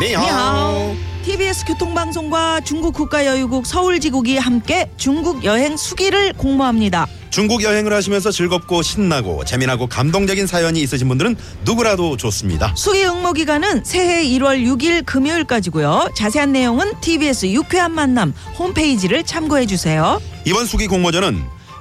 니하오. TBS 교통방송과 중국 국가여유국 서울지국이 함께 중국 여행 수기를 공모합니다. 중국 여행을 하시면서 즐겁고 신나고 재미나고 감동적인 사연이 있으신 분들은 누구라도 좋습니다. 수기 응모 기간은 새해 1월 6일 금요일까지고요. 자세한 내용은 TBS 유쾌한 만남 홈페이지를 참고해 주세요. 이번 수기 공모전은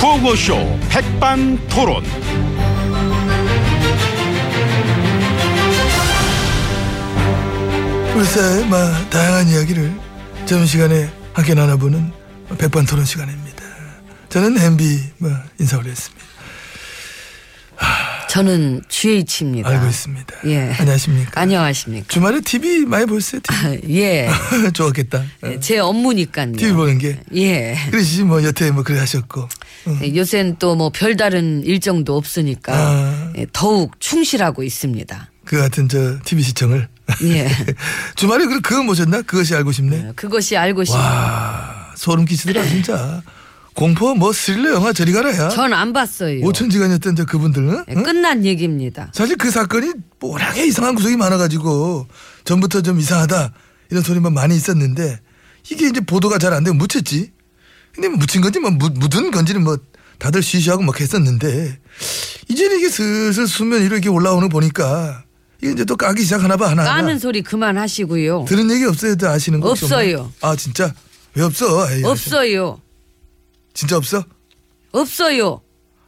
구호쇼 백반토론. 우리 사회의 마- 다양한 이야기를 점심시간에 함께 나눠보는 백반토론 시간입니다. 저는 MB 뭐, 인사 올렸습니다. 저는 GH입니다. 알고 있습니다. 예. 안녕하십니까? 안녕하십니까. 주말에 TV 많이 보셨어요? TV? 예. 좋았겠다. 예, 제 업무니까요. TV 보는 게. 예. 그러시지 뭐 여태 뭐 그래 하셨고. 응. 요새는 또 뭐 별다른 일정도 없으니까 아. 예, 더욱 충실하고 있습니다. 그 같은 저 TV 시청을. 예. 주말에 그 그거 모셨나? 그것이 알고 싶네. 그것이 알고 싶. 아, 소름 끼치더라 진짜. 공포 뭐 스릴러 영화 저리 가라야. 전안 봤어요. 5천 시간이었던 저 그분들. 응? 예, 끝난 얘기입니다. 사실 그 사건이 뭐라게 이상한 구석이 많아가지고 전부터 좀 이상하다 이런 소리만 많이 있었는데 이게 이제 보도가 잘 안 되고 묻혔지. 근데 뭐 묻힌 건지 뭐 묻- 묻은 건지는 뭐 다들 쉬쉬하고 막 했었는데 이제는 이게 슬슬 수면 위로 이렇게 올라오는 거 보니까 이게 이제 또 까기 시작하나 봐 하나. 하나. 까는 소리 그만하시고요. 아. 들은 얘기 없어요? 다 아시는 거 혹시 없어요. 없나? 아 진짜 왜 없어? 에이, 없어요. 진짜 없어? 없어요.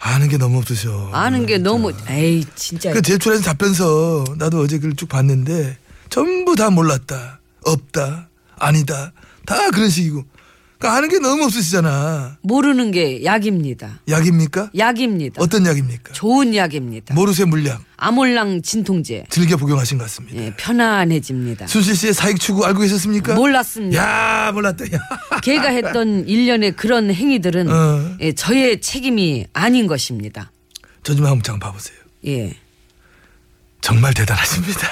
아는 게 너무 없으셔. 아는 게 너무 에이 진짜. 그 제출한 답변서 나도 어제 글을 쭉 봤는데 전부 다 몰랐다 없다 아니다 다 그런 식이고 그러니까 아는 게 너무 없으시잖아 모르는 게 약입니다. 약입니까 약입니다. 어떤 뭐- 약입니까 좋은 약입니다. 모르쇠 물약 아몰랑 진통제. 즐겨 복용하신 것 같습니다 예, 편안해집니다. 순실 씨의 사익 추구 알고 계셨습니까 몰랐습니다. 그러니까 야 몰랐다 야 걔가 했던 일련의 그런 행위들은 어. 예, 저의 책임이 아닌 것입니다. 저 좀 한번 잠깐 봐보세요 예. 정말 대단하십니다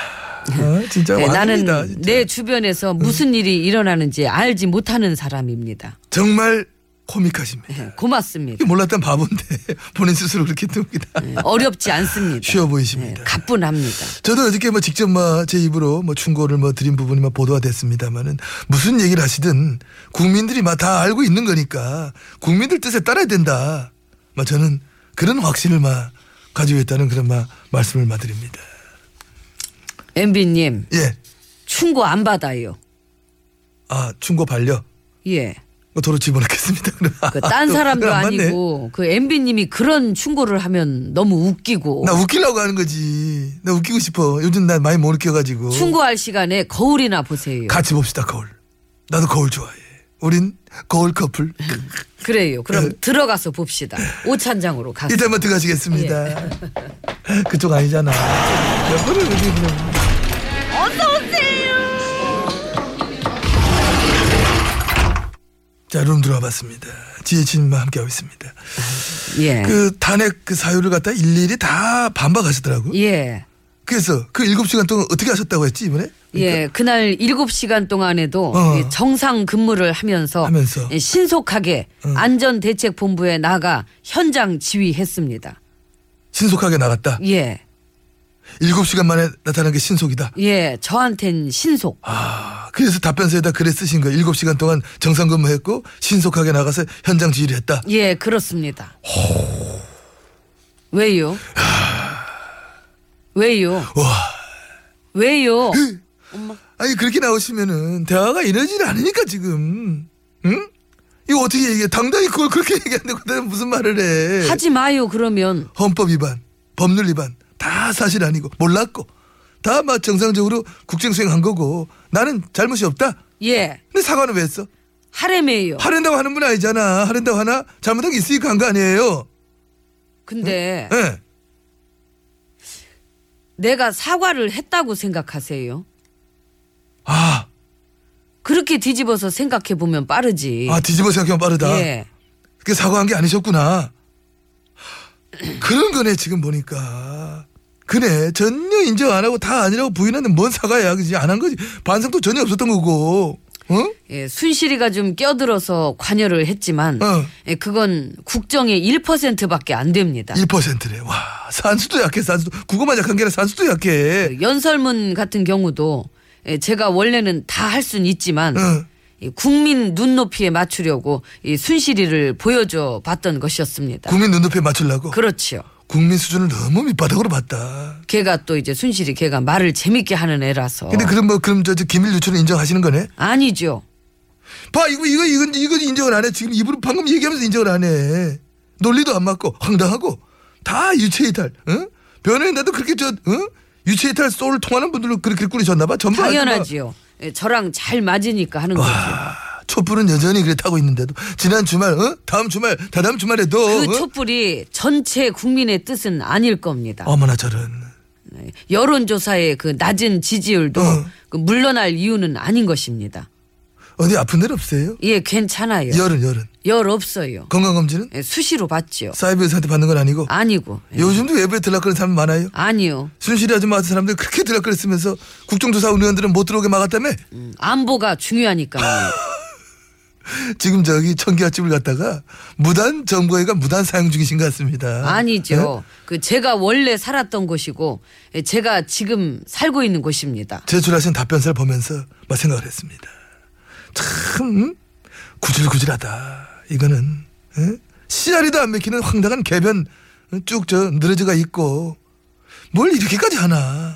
어, 진짜 예, 나는 왕입니다 진짜. 음. 내 주변에서 무슨 일이 일어나는지 알지 못하는 사람입니다. 정말 코믹하십니다 예, 고맙습니다. 이게 뭐- 몰랐던 바본데 본인 스스로 그렇게 뜹니다 예, 어렵지 않습니다. 쉬워 예, 보이십니다 가뿐합니다. 저도 어저께 뭐 직접 뭐 제 입으로 뭐 충고를 뭐 드린 부분이 뭐 보도가 됐습니다만은 무슨 얘기를 하시든 국민들이 막 다 알고 있는 거니까 국민들 뜻에 따라야 된다. 막 저는 그런 확신을 막 가지고 있다는 그런 막 말씀을 막 드립니다. MB님 예. 충고 안 받아요. 아, 충고 반려. 예. 이거 도로 집어넣겠습니다. 그럼. 그 딴 아, 또 사람도 그건 안 맞네. 아니고 그 MB님이 그런 충고를 하면 너무 웃기고 나 웃기려고 하는 거지. 나 웃기고 싶어. 요즘 나 많이 못 웃겨가지고. 충고할 시간에 거울이나 보세요. 같이 봅시다, 거울. 나도 거울 좋아해. 우린 거울 커플. 그래요. 그럼 들어가서 봅시다. 오찬장으로 가서. 일단 만 예. 들어가시겠습니다. 그쪽 아니잖아. 몇 번을 어디 그냥. 자, 룸 들어와봤습니다. 지혜진님과 함께하고 있습니다. 예. 그 탄핵 그 사유를 갖다 일일이 다 반박하시더라고요. 예. 그래서 그 일곱 시간 동안 어떻게 하셨다고 했지, 이번에? 그러니까 예, 그날 7시간 동안에도 어. 예, 정상 근무를 하면서, 하면서. 예, 신속하게 안전대책본부에 나가 현장 지휘했습니다. 신속하게 나갔다. 예, 일곱 시간 만에 나타난 게 신속이다. 예, 저한텐 신속. 아, 그래서 답변서에다 글에 쓰신 거예요. 일곱 시간 동안 정상 근무했고 신속하게 나가서 현장 지휘를 했다. 예, 그렇습니다. 왜요? 왜요? 와. 왜요? 아니 그렇게 나오시면은 대화가 이러질 않으니까 지금 응? 이거 어떻게 얘기해 당당히 그걸 그렇게 얘기하는데 그다음 무슨 말을 해 하지 마요, 그러면. 헌법 위반 법률 위반 다 사실 아니고 몰랐고 다 막 정상적으로 국정 수행한 거고 나는 잘못이 없다 예, 근데 사과는 왜 했어 하래매요. 하랜다고 하는 분 아니잖아 하랜다고 하나 예. 예. 잘못한 게 있으니까 한 거 아니에요 근데 예 내가 사과를 했다고 생각하세요? 아, 그렇게 뒤집어서 생각해 보면 빠르지. 아 뒤집어 생각하면 빠르다. 예. 그게 사과한 게 아니셨구나. 그런 거네 지금 보니까. 그래 전혀 인정 안 하고 다 아니라고 부인하는데 뭔 사과야 그지 안 한 거지 반성도 전혀 없었던 거고 어? 응? 예, 순실이가 좀 껴들어서 관여를 했지만 어. 예, 그건 국정의 1%밖에 안 됩니다. 1%래 와 산수도 약해 산수도 국어만 약한 게 아니라 산수도 약해 그 연설문 같은 경우도 예, 제가 원래는 다 할 순 있지만 응. 이 국민 눈높이에 맞추려고 이 순실이를 보여줘 봤던 것이었습니다. 국민 눈높이에 맞추려고 그렇지요. 국민 수준을 너무 밑바닥으로 봤다 걔가 또 이제 순실이 걔가 말을 재밌게 하는 애라서 근데 그럼 뭐 그럼 저, 저 기밀 유출을 인정하시는 거네 아니죠. 봐 이거 이거 이거 이거 인정을 안 해 지금 입으로 방금 얘기하면서 인정을 안 해 논리도 안 맞고 황당하고 다 유체이탈 응? 변호인다도 그렇게 저 응? 유체이탈 소울 통하는 분들로 그렇게 꾸리셨나 봐 전부 아주 막 당연하지요. 예, 저랑 잘 맞으니까 하는 거죠. 아, 촛불은 여전히 그래 타고 있는데도 지난 주말 어? 다음 주말 다다음 주말에도 그 어? 촛불이 전체 국민의 뜻은 아닐 겁니다. 어머나 저런 여론조사의 그 낮은 지지율도 어. 그 물러날 이유는 아닌 것입니다. 어디 아픈 데 없어요? 예, 괜찮아요. 열, 열은 열은 없어요. 건강검진은 예, 수시로 받지요. 사이버 의사한테 받는 건 아니고 아니고. 예. 요즘도 외부에 들락거리는 사람 많아요 아니요. 순실이 아줌마 같은 사람들 그렇게 들락거렸으면서 국정조사 의원들은 못 들어오게 막았다며 음, 안보가 중요하니까요. 지금 저기 청계화집을 갔다가 무단 점거회가 무단 사용 중이신 것 같습니다. 예? 아니죠. 그 제가 원래 살았던 곳이고 예, 제가 지금 살고 있는 곳입니다. 제출하신 답변서를 보면서 막 생각을 했습니다. 참 구질구질하다. 이거는 예? 씨알이도 안 맥히는 황당한 개변 어, 쭉 저 늘어져가 있고 뭘 이렇게까지 하나?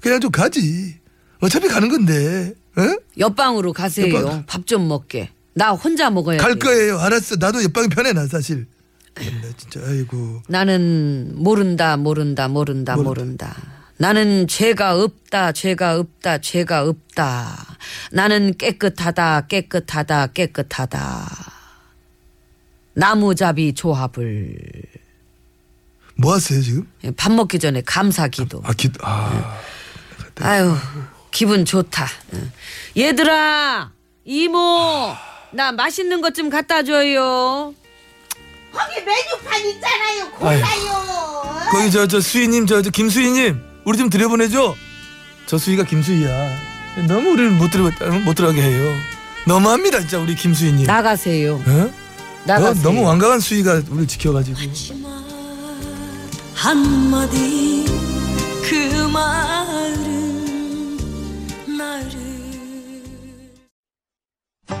그냥 좀 가지. 어차피 가는 건데. 예? 옆방으로 가세요. 옆방. 밥 좀 먹게. 나 혼자 먹어야 갈 돼요. 거예요. 알았어. 나도 옆방이 편해 난 사실. 나 진짜 아이고. 나는 모른다 모른다 모른다 모른다. 나는 죄가 없다 죄가 없다 죄가 없다. 나는 깨끗하다 깨끗하다 깨끗하다. 나무잡이 조합을 예, 뭐 하세요 지금? 밥 먹기 전에 감사기도. 아 기. 아. 아유 기분 좋다. 응. 얘들아 이모 나 맛있는 것 좀 갖다 줘요. 거기 메뉴판 있잖아요. 골라요. 거기 저, 저 수희님 저, 저 김수희님 우리 좀 들여보내줘 저 수희가 김수희야 너무 우리를 못, 들어, 못 들어가게 해요 너무합니다 진짜 우리 김수희님 나가세요. 어? 너, 나가세요. 너무 완강한 수희가 우리 지켜가지고 한마디 그 말은 나를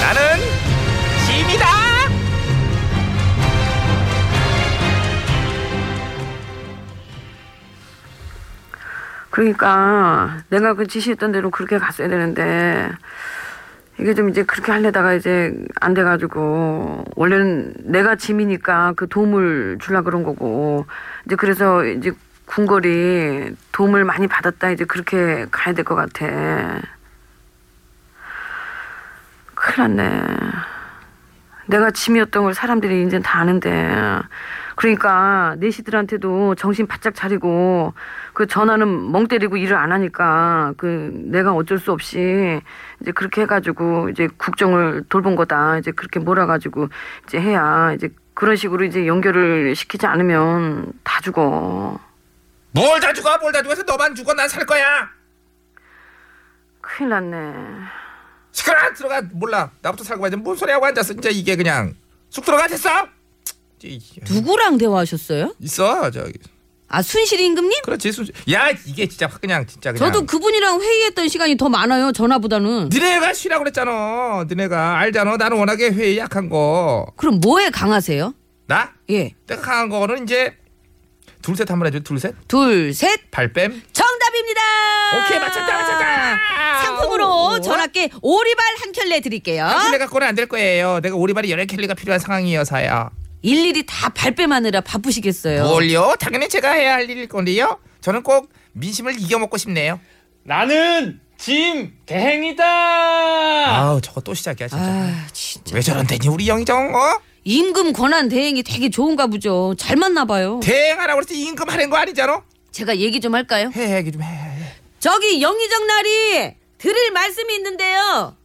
나는 짐이다. 그러니까 내가 그 지시했던 대로 그렇게 갔어야 되는데 이게 좀 이제 그렇게 하려다가 이제 안 돼가지고 원래는 내가 짐이니까 그 도움을 줄라 그런 거고 이제 그래서 이제 궁궐이 도움을 많이 받았다 이제 그렇게 가야 될 것 같아 큰일 났네 내가 짐이었던 걸 사람들이 이제 다 아는데 그러니까 내시들한테도 정신 바짝 차리고 그 전화는 멍 때리고 일을 안 하니까 그 내가 어쩔 수 없이 이제 그렇게 해가지고 이제 국정을 돌본 거다 이제 그렇게 몰아가지고 이제 해야 이제 그런 식으로 이제 연결을 시키지 않으면 다 죽어. 뭘 다 죽어 뭘 다 죽어 해서 너만 죽어 난 살 거야 큰일 났네. 시끄러 들어가 몰라 나부터 살고 봐야지 뭔 소리 하고 앉았어 진짜 이게 그냥 쑥 들어가 됐어 찌, 누구랑 대화하셨어요? 있어 저기 아 순실 임금님? 그렇지 순. 야 이게 진짜 확 그냥 진짜 그냥 저도 그- 그분이랑 회의했던 시간이 더 많아요 전화보다는. 니네가 쉬라고 그랬잖아 니네가 알잖아 나는 워낙에 회의 약한 거 그럼 뭐에 강하세요? 나? 예. 내가 강한 거는 이제 둘셋 한번 해줘 둘셋 둘, 셋. 발뺌 정답입니다. 오케이 맞췄다 맞췄다 어, 상품으로 전화께 오리발 한 켤레 드릴게요. 당신 내가 꺼내 안될 거예요 내가 오리발이 열의 캘리가 필요한 상황이어서요 일일이 다 발뺌하느라 네. 바쁘시겠어요. 뭘요? 당연히 제가 해야 할 일일 건데요 저는 꼭 민심을 이겨먹고 싶네요 나는 짐 대행이다. 아우 저거 또 시작이야 진짜 아, 진짜. 왜 저런데니 우리 영희정 어? 임금 권한 대행이 되게 좋은가 보죠. 잘 맞나 봐요. 대행하라고 그랬지 임금 하는 거 아니잖아 제가 얘기 좀 할까요? 해 얘기 좀해 저기 영희정 날이 드릴 말씀이 있는데요.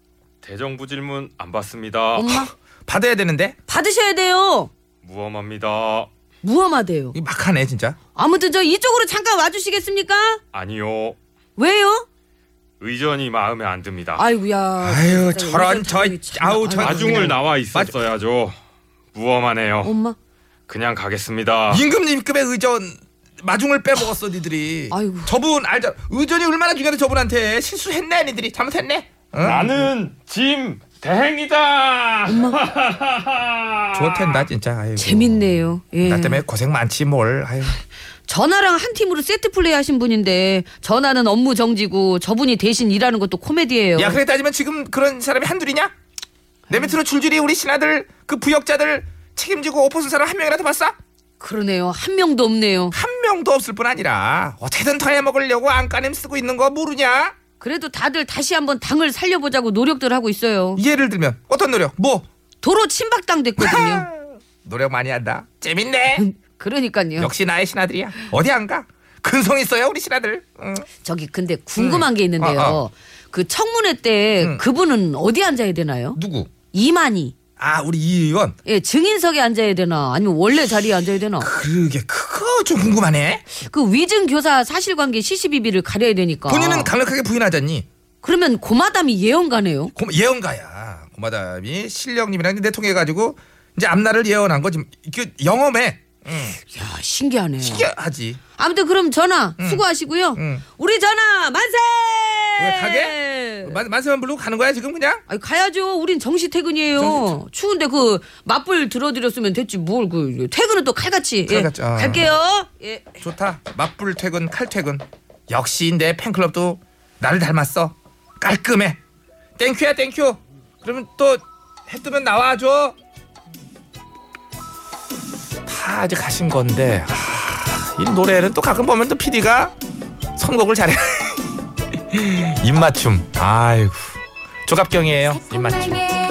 대정부 질문 안 받습니다. 엄마 받아야 되는데 받으셔야 돼요. 무엄합니다. 무엄하대요. 이 막하네 진짜 아무튼 저 이쪽으로 잠깐 와주시겠습니까? 아니요. 왜요? 의전이 마음에 안 듭니다. 아이고야. 아유, 진짜 저런, 여기서 저, 저기 참, 아우, 저- 아이고, 어? 마중을 그냥. 나와 있었어야죠. 무엄하네요. 엄마. 그냥 가겠습니다. 임금님급의 의전 마중을 빼먹었어 니들이 아이고. 저분 알잖아 의전이 얼마나 중요한데 저분한테 실수했네 니들이 잘못했네 응? 나는 짐 대행이다. 좋을 텐다 진짜 아이고. 재밌네요. 예. 나 때문에 고생 많지 뭘 아유. 전화랑 한 팀으로 세트 플레이 하신 분인데 전화는 업무 정지고 저분이 대신 일하는 것도 코미디예요. 야 그래 따지면 지금 그런 사람이 한둘이냐 내 밑으로 줄줄이 우리 신하들 그 부역자들 책임지고 엎어쓴 사람 한 명이라도 봤어? 그러네요. 한 명도 없네요. 한 명도 없을 뿐 아니라 어떻게든 더해 먹으려고 안간힘 쓰고 있는 거 모르냐? 그래도 다들 다시 한번 당을 살려보자고 노력들 하고 있어요. 예를 들면 어떤 노력? 뭐? 도로 침박당 됐거든요. 음, 노력 많이 한다 재밌네 그러니까요. 역시 나의 신하들이야. 어디 안 가? 근성 있어요 우리 신하들. 응. 저기 근데 궁금한 게 있는데요. 아, 아. 그 청문회 때 음. 그분은 어디 앉아야 되나요? 누구? 이만희. 아 우리 이 의원. 예, 증인석에 앉아야 되나 아니면 원래 자리에 앉아야 되나? 그게 그거 좀 궁금하네. 그 위증 교사 사실관계 시시비비를 가려야 되니까. 본인은 강력하게 부인하잖니. 그러면 고마담이 예언가네요. 고- 예언가야. 고마담이 실령님이랑 내통해가지고 이제 앞날을 예언한 거지. 이게 영험해. 응. 야 신기하네. 신기하지. 아무튼 그럼 전화 수고하시고요. 응. 우리 전화 만세. 뭐 왜 네. 가게? 만- 만세만 부르고 가는 거야 지금 그냥? 아니, 가야죠. 우린 정시 퇴근이에요. 추운데 그 맞불 들어드렸으면 됐지 뭘 그 퇴근은 또 칼같이. 예, 칼같이, 아. 갈게요. 예. 좋다. 맞불 퇴근, 칼 퇴근. 역시 내 팬클럽도 나를 닮았어. 깔끔해. 땡큐야 땡큐. 그러면 또 해 뜨면 나와줘. 다 아직 가신 건데 아, 이 노래는 또 가끔 보면 또 PD가 선곡을 잘해. 입맞춤. 아이고. 조갑경이에요. 입맞춤. 게